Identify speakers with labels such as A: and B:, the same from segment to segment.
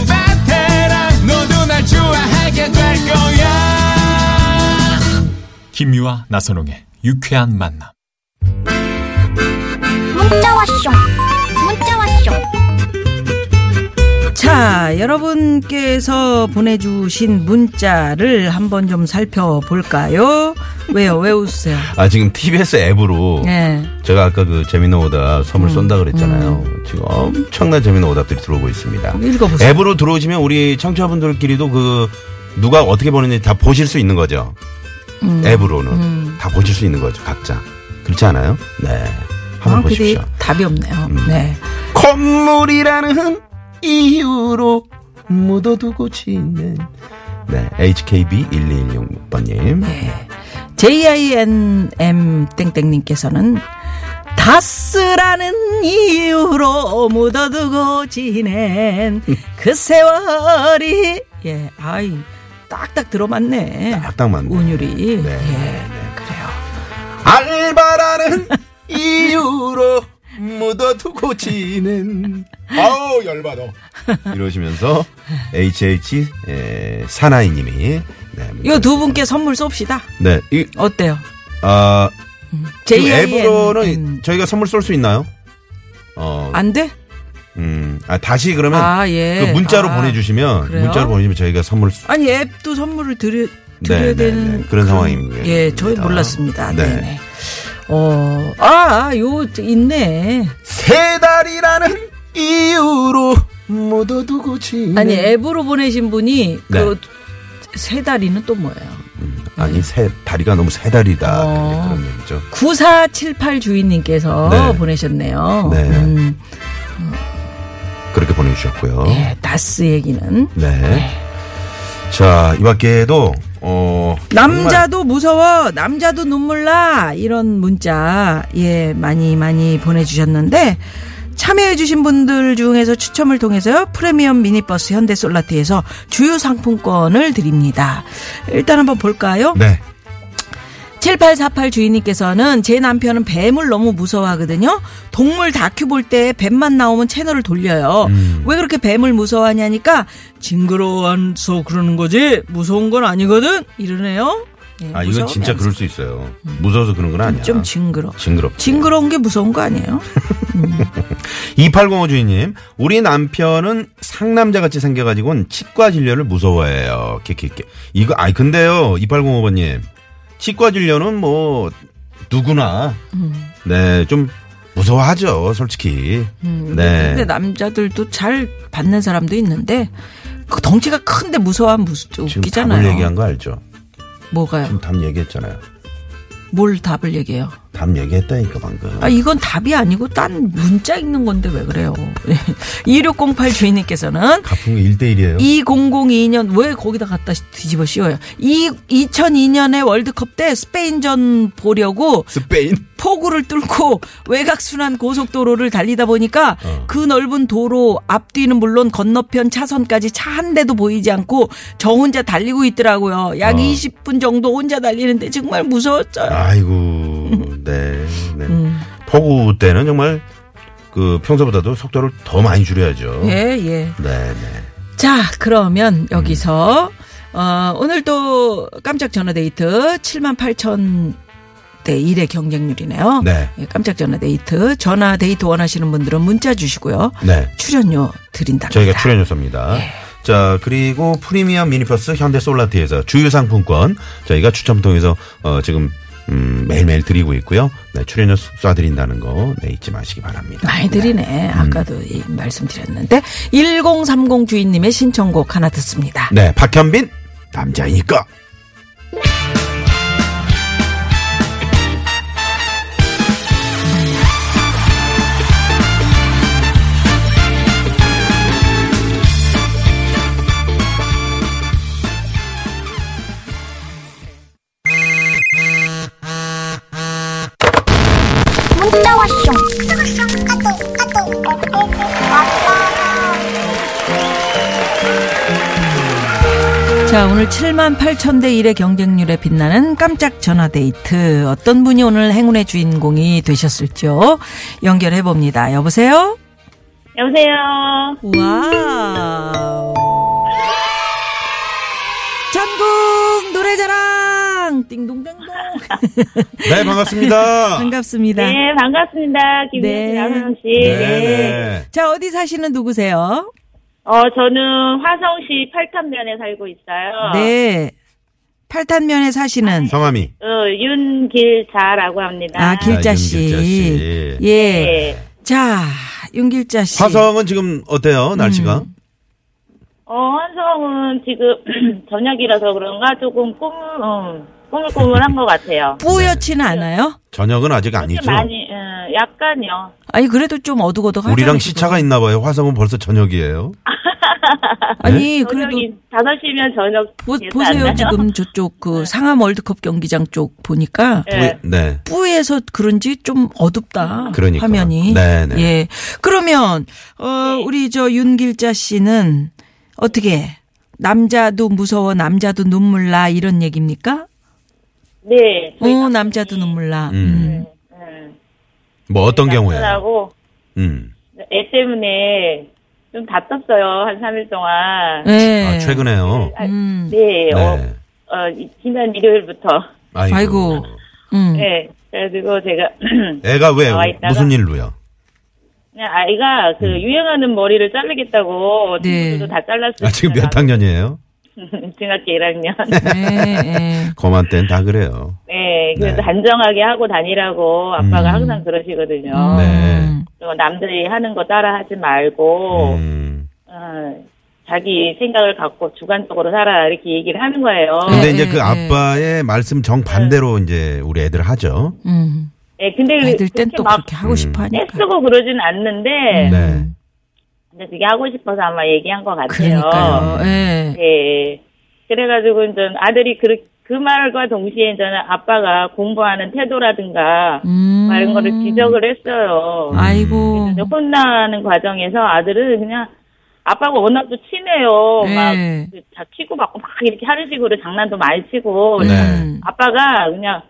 A: 베테랑 너도 날 좋아하게 될 거야
B: 김미화 나선홍의 유쾌한 만남.
C: 문자 왔쇼 문자 왔쇼
D: 자, 여러분께서 보내주신 문자를 한번 좀 살펴볼까요? 왜요? 왜 웃으세요?
E: 아 지금 TBS 앱으로
D: 네. 음.
E: 제가 아까 그 재미난 오답 선물 쏜다 그랬잖아요. 지금 엄청난 재미난 오답들이 들어오고 있습니다.
D: 읽어보세요.
E: 앱으로 들어오시면 우리 청취자분들끼리도 그 누가 어떻게 보는지 다 보실 수 있는 거죠.
D: 음.
E: 앱으로는 다 보실 수 있는 거죠. 각자 그렇지 않아요? 네. 한번
D: 아, 근데
E: 보십시오. 음.
D: 답이 없네요. 네.
E: 콧물이라는 이유로 묻어두고 지낸 네 HKB 1216번님
D: 네. JINM 땡땡님께서는 다스라는 이유로 묻어두고 지낸 그 세월이 예, 아이 딱딱 들어맞네.
E: 딱딱 맞네.
D: 운율이
E: 네,
D: 예,
E: 네,
D: 그래요.
E: 알바라는 이유로 묻어두고 지는 아우 열받아 이러시면서 HH 예, 사나이님이 네,
D: 요 두 분께 선물 쏩시다.
E: 네, 이,
D: 어때요?
E: 아, 지금
D: JIN.
E: 앱으로는 저희가 선물 쏠 수 있나요? 어,
D: 음, 안 돼?
E: 음, 아, 다시 그러면
D: 아, 예.
E: 그 문자로
D: 아,
E: 보내주시면
D: 그래요?
E: 문자로 보내주면 저희가 선물 쏘-
D: 아니 앱도 선물을 드려
E: 네,
D: 드려야
E: 네,
D: 되는
E: 네. 그런 상황입니다.
D: 예, 저희 몰랐습니다.
E: 네.
D: 네. 네. 어, 아, 요 있네.
E: 세 달이라는 이유로 묻어두고 지는
D: 아니 앱으로 보내신 분이
E: 네.
D: 그 세 다리는 또 뭐예요?
E: 아니 새 다리가 너무 새 다리다
D: 어.
E: 그런 얘기죠.
D: 9478 주인님께서
E: 네.
D: 보내셨네요.
E: 네.
D: 음,
E: 그렇게 보내주셨고요.
D: 예, 다스 얘기는
E: 네. 자, 이 밖에도 어
D: 남자도 무서워, 남자도 눈물 나 이런 문자 예 많이 많이 보내주셨는데 참여해주신 분들 중에서 추첨을 통해서요 프리미엄 미니버스 현대솔라티에서 주유 상품권을 드립니다. 일단 한번 볼까요?
E: 정말- 네.
D: 7848 주인님께서는 제 남편은 뱀을 너무 무서워하거든요. 동물 다큐 볼 때 뱀만 나오면 채널을 돌려요.
E: 음.
D: 왜 그렇게 뱀을 무서워하냐니까 징그러워서 그러는 거지 무서운 건 아니거든 이러네요. 예,
E: 아 이건 진짜
D: 무서우면서.
E: 그럴 수 있어요. 무서워서 그런 건 아니야.
D: 좀 징그러.
E: 징그럽.
D: 징그러운 게 무서운 거 아니에요?
E: 2805 주인님, 우리 남편은 상남자 같이 생겨가지고는 치과 진료를 무서워해요. 키키키. 이거 아니 근데요, 2805번님, 치과 진료는 뭐 누구나
D: 음.
E: 네 좀 무서워하죠, 솔직히. 네.
D: 음, 근데 남자들도 잘 받는 사람도 있는데 그 덩치가 큰데 무서워하면 무슨
E: 지금 답을
D: 웃기잖아요.
E: 얘기한 거 알죠?
D: 뭐가요?
E: 지금 답 얘기했잖아요.
D: 뭘 답을 얘기해요?
E: 답 얘기했다니까 방금.
D: 아, 이건 답이 아니고 딴 문자 읽는 건데 왜 그래요? 2608 주인님께서는
E: 가풍이 1대1이에요.
D: 2002년 왜 거기다 갖다 뒤집어 씌워요? 이 2002년에 월드컵 때 스페인전 보려고
E: 스페인?
D: 폭우를 뚫고 외곽순환 고속도로를 달리다 보니까
E: 어.
D: 그 넓은 도로 앞뒤는 물론 건너편 차선까지 차 한 대도 보이지 않고 저 혼자 달리고 있더라고요. 약 20분 정도 혼자 달리는데 정말 무서웠어요.
E: 어. 아이고, 네, 네.
D: 음.
E: 폭우 때는 정말 그 평소보다도 속도를 더 많이 줄여야죠.
D: 예, 예.
E: 네, 네.
D: 자, 그러면 여기서 어, 오늘 또 깜짝 전화 데이트 7만 8천 대 1의 경쟁률이네요.
E: 네.
D: 예, 깜짝 전화 데이트 전화 데이트 원하시는 분들은 문자 주시고요.
E: 네.
D: 출연료 드린답니다.
E: 저희가 출연료 쏩니다.
D: 예.
E: 자, 그리고 프리미엄 미니버스 현대 솔라티에서 주유상품권 저희가 추첨 통해서 어, 지금 음, 매일매일 드리고 있고요. 네, 출연료 쏴드린다는 거 네, 잊지 마시기 바랍니다.
D: 많이 드리네. 아까도 이- 말씀드렸는데 1030 주인님의 신청곡 하나 듣습니다.
E: 네, 박현빈 남자이니까.
D: 자, 오늘 7만 8천 대 1의 경쟁률에 빛나는 깜짝 전화데이트. 어떤 분이 오늘 행운의 주인공이 되셨을지요? 연결해봅니다. 여보세요?
F: 여보세요.
D: 와우. 전국 노래자랑! 띵동댕동.
E: 네, 반갑습니다.
D: 반갑습니다.
F: 네, 반갑습니다.
D: 네.
F: 김민지 나선영 씨.
E: 네,
F: 네.
E: 네.
D: 자, 어디 사시는 누구세요?
F: 어, 저는 화성시 팔탄면에 살고 있어요.
D: 네. 팔탄면에 사시는
E: 성함이.
F: 어, 윤길자라고 합니다.
D: 아, 길자 씨.
E: 아, 윤길자 씨.
D: 예.
F: 네.
D: 자, 윤길자 씨.
E: 화성은 지금 어때요, 날씨가?
F: 어, 환성은 지금 저녁이라서 그런가 조금 꿈을, 음, 꾸물꾸물한 것 같아요.
D: 뿌옇지는 않아요?
E: 저녁은 아직
D: 네,
E: 아니죠.
F: 많이, 음, 약간요.
D: 아니, 그래도 좀 어둑어둑하죠.
E: 우리랑 시차가 있나 봐요. 화성은 벌써 저녁이에요.
D: 아니, 그래도
F: 저녁이, 5시면 저녁.
D: 보,
F: 예사 안
D: 보세요.
F: 나요?
D: 지금 저쪽 그 상암 월드컵 경기장 쪽 보니까
F: 네.
E: 네.
D: 뿌에서 그런지 좀 어둡다.
E: 그러니까.
D: 화면이.
E: 네네.
D: 예. 그러면 어
F: 네.
D: 우리 저 윤길자 씨는 어떻게 남자도 무서워 남자도 눈물 나 이런 얘기입니까?
F: 네. 저희
D: 어 남자도 눈물 나.
E: 음.
D: 음.
F: 음,
E: 뭐
F: 네,
E: 어떤 경우에?
F: 남편하고
E: 음.
F: 애 때문에 좀 답답어요. 한 3일 동안.
D: 예.
E: 아, 최근에요.
F: 아,
D: 음.
F: 네, 어,
E: 네.
F: 어, 이- 지난 일요일부터.
D: 아이고. 음.
F: 네. 그래가지고 제가,
E: 애가 왜
F: 나와 있다가.
E: 무슨 일로요?
F: 그냥 아이가 그 유행하는 머리를 자르겠다고
D: 음. 네.
F: 친구들도 다 잘랐어요.
E: 아, 지금 몇 학년이에요?
F: 중학교 1학년.
D: 예, 예.
E: 거만 땐 다 그래요.
F: 네. 그래서
E: 네.
F: 단정하게 하고 다니라고 아빠가
E: 음.
F: 항상 그러시거든요.
D: 음.
E: 네.
F: 그리고 남들이 하는 거 따라 하지 말고,
E: 음.
F: 어, 자기 생각을 갖고 주관적으로 살아. 이렇게 얘기를 하는 거예요.
E: 근데
D: 예,
E: 이제
D: 예,
E: 그
D: 예.
E: 아빠의 말씀 정반대로 이제 우리 애들 하죠.
D: 음.
F: 네, 근데
D: 애들 땐 또
F: 막
D: 그렇게
E: 음.
D: 하고 싶어 하니까. 음.
F: 떼쓰고 그러진 않는데,
E: 네.
F: 근데 그게 하고 싶어서 아마 얘기한 것 같아요.
D: 그러니까요. 예.
F: 예. 그래가지고 이제 아들이 그, 그 말과 동시에 저는 아빠가 공부하는 태도라든가
D: 음.
F: 이런 거를 지적을 했어요.
D: 아이고.
F: 근데 혼나는 과정에서 아들은 그냥 아빠가 워낙 또 친해요.
D: 예.
F: 막다 치고 받고 막 이렇게 하는 식으로 장난도 많이 치고
E: 네.
D: 음.
F: 아빠가 그냥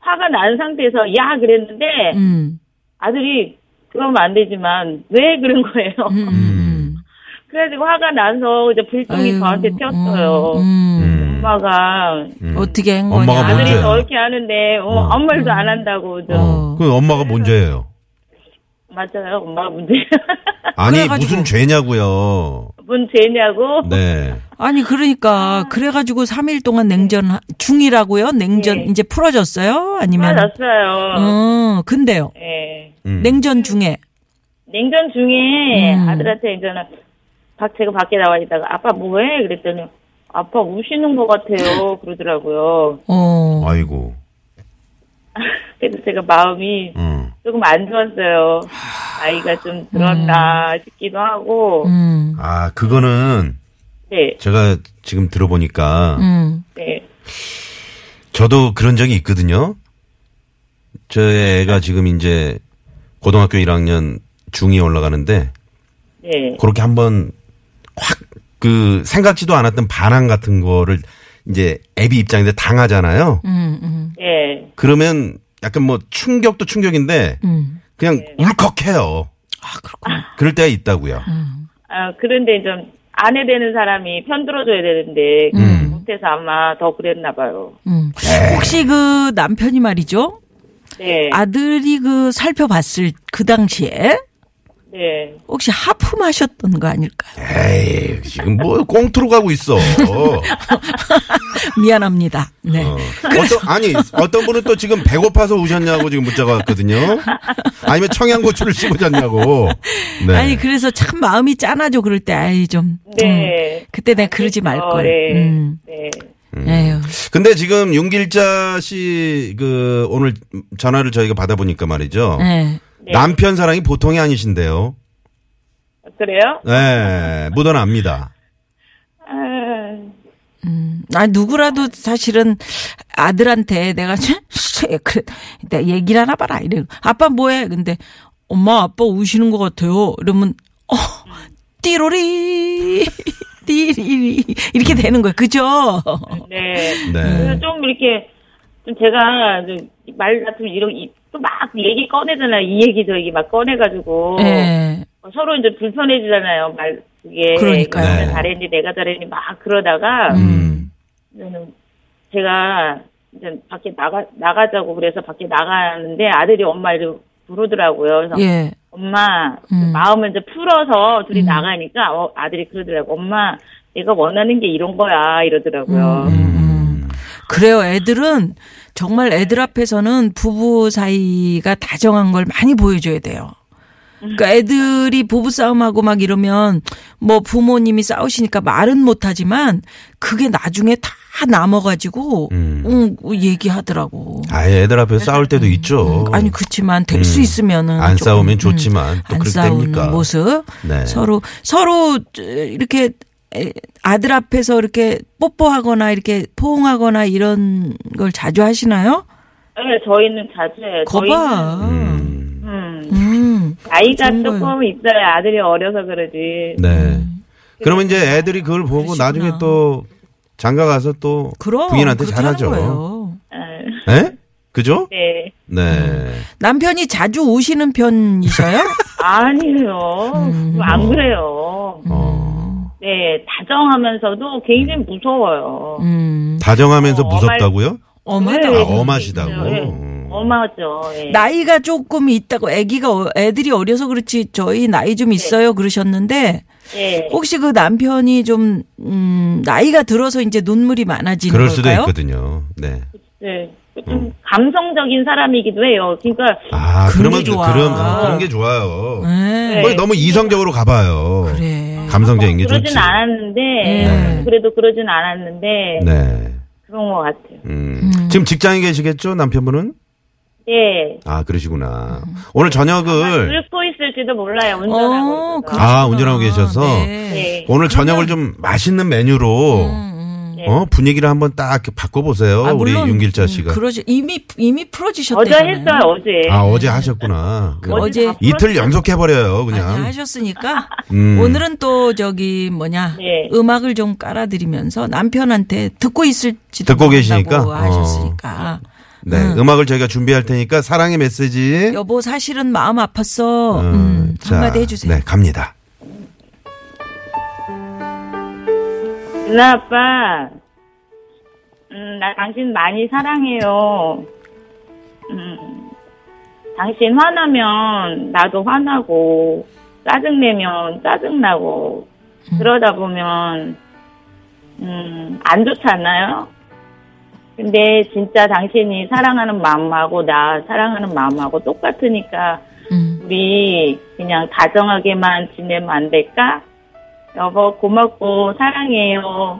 F: 화가 난 상태에서 야 그랬는데
D: 음.
F: 아들이 그러면 안 되지만 왜 그런 거예요?
D: 음. 음.
F: 그래가지고 화가 나서 이제 불똥이
D: 아유,
F: 저한테 튀었어요.
D: 음, 음.
E: 음.
F: 엄마가
E: 음.
D: 어떻게 한 거냐.
E: 엄마가
F: 아들이
E: 문제야.
F: 저렇게 하는데 어,
E: 어.
F: 아무 말도 안 한다고 저
E: 어. 그 엄마가 뭔 죄예요?
F: 맞아요 엄마가 문제야
E: 아니
D: 그래가지고-
E: 무슨 죄냐고요.
F: 뭔 죄냐고
E: 네.
D: 아니 그러니까 그래가지고 3일 동안 냉전 하- 중이라고요? 냉전
F: 네.
D: 이제 풀어졌어요? 아니면?
F: 화났어요
D: 어 근데요.
F: 예
E: 음.
D: 냉전 중에
F: 냉전 중에
D: 음.
F: 아들한테 이제는 박 제가 밖에 나와 있다가 아빠 뭐해 그랬더니 아빠 우시는 것 같아요 그러더라고요
D: 어
E: 아이고.
F: 그래서 제가 마음이
E: 음.
F: 조금 안 좋았어요 아이가 좀 들었나
E: 음.
F: 싶기도 하고
D: 음.
E: 아 그거는
F: 네
E: 제가 지금 들어보니까
D: 음.
F: 네.
E: 저도 그런 적이 있거든요. 저 애가 지금 이제 고등학교 1학년 중이 올라가는데
F: 네.
E: 그렇게 한번 확 그 생각지도 않았던 반항 같은 거를 이제 애비 입장에서 당하잖아요.
D: 음. 음.
F: 예.
E: 그러면 약간 뭐 충격도 충격인데
D: 음.
E: 그냥 울컥해요.
D: 아 그렇구나.
E: 그럴 때가 있다고요.
D: 음.
F: 아, 그런데 좀, 안 해되는 사람이 편들어줘야 되는데, 못해서 아마 더 그랬나 봐요.
D: 음.
E: 네.
D: 혹시 그 남편이 말이죠?
F: 네.
D: 아들이 그 살펴봤을 그 당시에
F: 네.
D: 혹시 하품하셨던 거 아닐까요?
E: 에이 지금 뭐 꽁트로 가고 있어.
D: 미안합니다. 네.
E: 어. 어떤 아니 어떤 분은 또 지금 배고파서 우셨냐고 지금 문자가 왔거든요. 아니면 청양고추를 씹으셨냐고. 네.
D: 아니 그래서 참 마음이 짠하죠 그럴 때 아이 좀 음,
F: 네.
D: 그때 내가 그러지 말
F: 어,
D: 걸.
F: 네.
D: 음.
F: 네.
D: 에휴.
E: 근데 지금 윤길자 씨 그 오늘 전화를 저희가 받아보니까 말이죠.
D: 네.
E: 남편 사랑이 보통이 아니신데요.
F: 그래요?
E: 네, 묻어납니다.
F: 아,
D: 아 누구라도 사실은 아들한테 내가 그래 내 얘기를 하나 봐라 이래. 아빠 뭐해? 근데 엄마 아빠 우시는 것 같아요. 이러면 어 띠로리 띠리리 이렇게 되는 거예요. 그죠?
F: 네.
E: 네.
F: 그래서 좀 이렇게 좀 제가 좀말 같으면 이런 또 막 얘기 꺼내잖아요. 이 얘기 저 얘기 막 꺼내가지고 어,
D: 예.
F: 서로 이제 불편해지잖아요. 말 그게
D: 그러니까요.
F: 얘가
E: 네.
F: 잘했니 내가 잘했니 막 그러다가
E: 음.
F: 저는 제가 이제 밖에 나가 나가자고 그래서 밖에 나가는데 아들이 엄마를 부르더라고요. 그래서
D: 예.
F: 엄마 그
D: 음.
F: 마음을 이제 풀어서 둘이 나가니까 어, 아들이 그러더라고. 엄마 내가 원하는 게 이런 거야 이러더라고요.
D: 음. 그래요. 애들은 정말 애들 앞에서는 부부 사이가 다정한 걸 많이 보여줘야 돼요. 그러니까 애들이 부부 싸움하고 막 이러면 뭐 부모님이 싸우시니까 말은 못하지만 그게 나중에 다 남아가지고
E: 음.
D: 응, 뭐 얘기하더라고.
E: 아예 애들 앞에서 싸울 때도 있죠.
D: 아니 그렇지만 될 수
E: 음.
D: 있으면은
E: 안
D: 조금,
E: 싸우면
D: 음,
E: 좋지만 또
D: 안
E: 그렇게
D: 싸우는
E: 됩니까?
D: 모습
E: 네.
D: 서로 서로 이렇게 에- 아들 앞에서 이렇게 뽀뽀하거나 이렇게 포옹하거나 이런 걸 자주 하시나요?
F: 네, 저희는 자주 해요.
D: 거봐.
E: 음.
F: 저희는, 음,
D: 음.
F: 나이가
D: 좋은 거예요.
F: 조금 있어요. 아들이 어려서 그러지.
E: 네. 그러면 이제 애들이 그걸 보고
D: 예. 음. 그러시구나.
E: 나중에 또 장가 가서 또
D: 그럼
E: 부인한테
D: 그렇게 하는
E: 잘하죠.
D: 거예요.
F: 아,
E: 예? 그죠?
F: 네.
E: 네.
D: 남편이 자주 우시는 편이셔요?
F: 아니에요.
D: 음.
F: 안 그래요.
E: 어.
F: 네, 다정하면서도 굉장히 무서워요.
D: 음.
E: 다정하면서
F: 어,
E: 무섭다고요?
D: 엄하다.
E: 아,
F: 네.
E: 엄하시다고.
F: 네.
E: 음.
F: 엄하죠. 예.
D: 나이가 조금 있다고 아기가 어- 애들이 어려서 그렇지 저희 나이 좀 있어요 그러셨는데
F: 예.
D: 혹시 그 남편이 좀 음, 나이가 들어서 이제 눈물이 많아지는
E: 그럴 수도
D: 걸까요?
E: 있거든요. 네.
F: 네.
E: 음.
F: 좀 감성적인 사람이기도 해요. 그러니까
E: 아,
D: 그런
E: 그러면
D: 게 좋아.
E: 그런 어, 그런 게 좋아요.
D: 네.
E: 거의 너무 이성적으로 가봐요.
D: 그래.
E: 감성적인 게
F: 그러진
E: 좋지.
F: 않았는데
D: 네.
F: 그래도 그러진 않았는데
E: 네.
F: 그런 것 같아요.
E: 음. 지금 직장에 계시겠죠 남편분은?
F: 예.
E: 아 그러시구나.
D: 음.
E: 오늘 저녁을
F: 늙고 있을지도 몰라요. 운전하고
D: 어,
F: 있어서.
D: 그러시구나.
E: 아, 운전하고 계셔서?
F: 네.
E: 오늘 저녁을 좀 맛있는 메뉴로
F: 네.
E: 어 분위기를 한번 딱 이렇게 바꿔보세요.
D: 음, 아,
E: 어, 우리
D: 물론,
E: 윤길자
D: 음,
E: 씨가.
D: 그러지 이미 이미 풀어지셨대요.
F: 어제 했어요. 어제.
E: 아 어제 하셨구나.
D: 그 어제
E: 이틀 연속 해버려요
D: 많이
E: 그냥.
D: 네, 하셨으니까
E: 음.
D: 오늘은 또 저기 뭐냐
F: 네.
D: 음악을 좀 깔아드리면서 남편한테 듣고 있을지도
E: 듣고
D: 모른다고
E: 계시니까? 어.
D: 하셨으니까
E: 네 음악을 저희가 준비할 테니까 사랑의 메시지.
D: 여보 사실은 마음 아팠어
E: 어,
D: 음,
E: 자,
D: 한마디 해주세요.
E: 네 갑니다.
F: 누나 아빠, 음, 나 당신 많이 사랑해요. 음, 당신 화나면 나도 화나고, 짜증내면 짜증나고, 그러다 보면, 음, 안 좋잖아요? 근데 진짜 당신이 사랑하는 마음하고 나 사랑하는 마음하고 똑같으니까
D: 음.
F: 우리 그냥 다정하게만 지내면 안 될까? 여보 고맙고 사랑해요.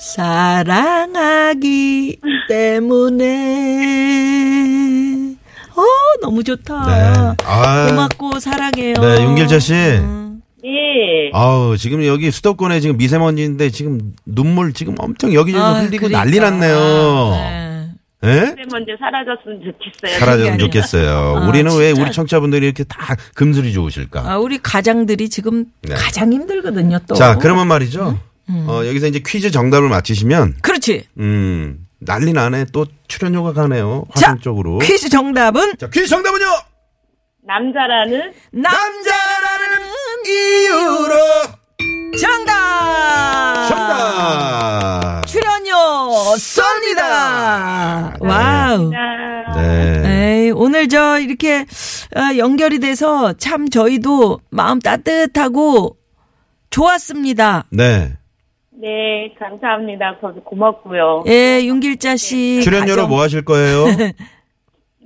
D: 사랑하기 때문에 어 너무 좋다.
E: 네. 아,
D: 고맙고 사랑해요.
E: 네, 윤길자 씨.
D: 음.
F: 예.
E: 아우 지금 여기 수도권에 지금 미세먼지인데 지금 눈물 지금 엄청 여기저기
D: 아,
E: 흘리고
D: 그러니까.
E: 난리 났네요.
D: 네.
E: 예?
F: 먼저 사라졌으면 좋겠어요.
E: 사라졌으면
D: 아니라.
E: 좋겠어요.
D: 아,
E: 우리는 왜
D: 진짜.
E: 우리 청취자분들이 이렇게 다 금슬이 좋으실까?
D: 아, 우리 가장들이 지금
E: 네.
D: 가장 힘들거든요, 또.
E: 자, 그러면 말이죠. 어, 여기서 이제 퀴즈 정답을 맞히시면
D: 그렇지.
E: 음, 난리 나네. 또 출연료가 가네요.
D: 자,
E: 화성 쪽으로.
D: 퀴즈 정답은
E: 자, 퀴즈 정답은요.
F: 남자라는
D: 남자라는
E: 이유로
D: 정답! 아.
E: 정답.
D: 출연료 쏩니다! 와우.
F: 아,
E: 네.
D: 에이, 오늘 저 이렇게 어, 연결이 돼서 참 저희도 마음 따뜻하고 좋았습니다.
E: 네.
F: 네 감사합니다. 저도 고맙고요.
D: 예, 윤길자 씨.
E: 출연료로
D: 가정-
E: 뭐 하실 거예요?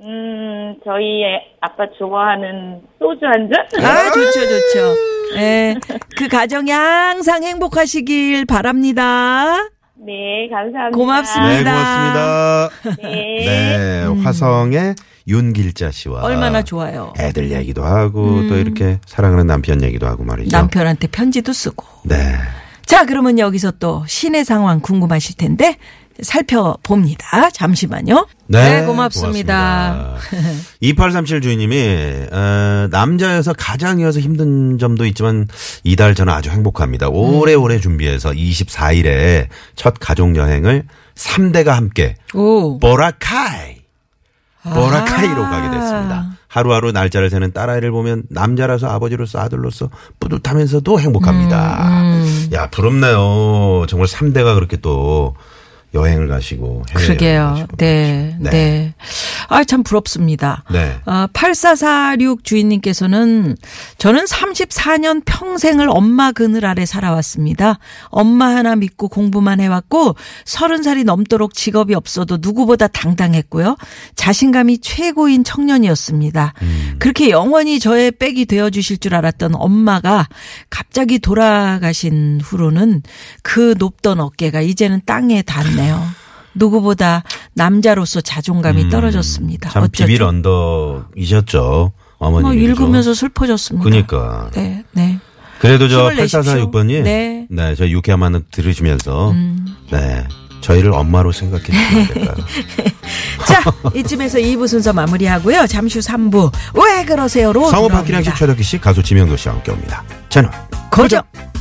F: 음 저희 애- 아빠 좋아하는 소주 한 잔.
D: 아, 좋죠, 좋죠. 예. 그 가정이 항상 행복하시길 바랍니다.
F: 네 감사합니다.
D: 고맙습니다. 음.
E: 네, 고맙습니다.
F: 네.
E: 네, 화성의 윤길자 씨와
D: 얼마나 좋아요. 음.
E: 애들 얘기도 하고 또 이렇게 사랑하는 남편 얘기도 하고 말이죠.
D: 남편한테 편지도 쓰고.
E: 네.
D: 자, 그러면 여기서 또 시내 상황 궁금하실 텐데 살펴봅니다. 잠시만요. 네, 고맙습니다.
E: 2837 주인님이 어, 남자여서 가장이어서 힘든 점도 있지만 이달 저는 아주 행복합니다.
D: 음.
E: 오래오래 준비해서 24일에 첫 가족 여행을 3대가 함께
D: 오.
E: 보라카이
D: 아.
E: 보라카이로 가게 됐습니다. 하루하루 날짜를 세는 딸아이를 보면 남자라서 아버지로서 아들로서 뿌듯하면서도 행복합니다.
D: 음,
E: 야 부럽네요. 정말 3대가 그렇게 또 여행을 가시고 해외 여행을
D: 그러게요.
E: 가시고
D: 네,
E: 네.
D: 네. 아, 참 부럽습니다.
E: 네.
D: 아, 8446 주인님께서는 저는 34년 평생을 엄마 그늘 아래 살아왔습니다. 엄마 하나 믿고 공부만 해왔고 30살이 넘도록 직업이 없어도 누구보다 당당했고요. 자신감이 최고인 청년이었습니다.
E: 음.
D: 그렇게 영원히 저의 백이 되어 주실 줄 알았던 엄마가 갑자기 돌아가신 후로는 그 높던 어깨가 이제는 땅에 닿네요. 누구보다 남자로서 자존감이 그러니까 떨어졌습니다.
E: 음. 참
D: 어쩌죠?
E: 비빌 언덕이셨죠. 어머님.
D: 뭐 읽으면서 슬퍼졌습니다.
E: 그니까.
D: 네, 네.
E: 그래도 저
D: 힘을 내십시오.
E: 8446번이.
D: 네. 음.
E: 네. 저희 유쾌한 만남 들으시면서. 네. 저희를 엄마로 생각해 주셔야 될까요?
D: 자, 이쯤에서 2부 순서 마무리하고요. 잠시 후 3부. 왜뭐 그러세요로
E: 성우 박기량 씨,
D: 돌아옵니다.
E: 최덕기 씨, 가수 지명도 씨와 함께 옵니다. 채널.
D: 고정.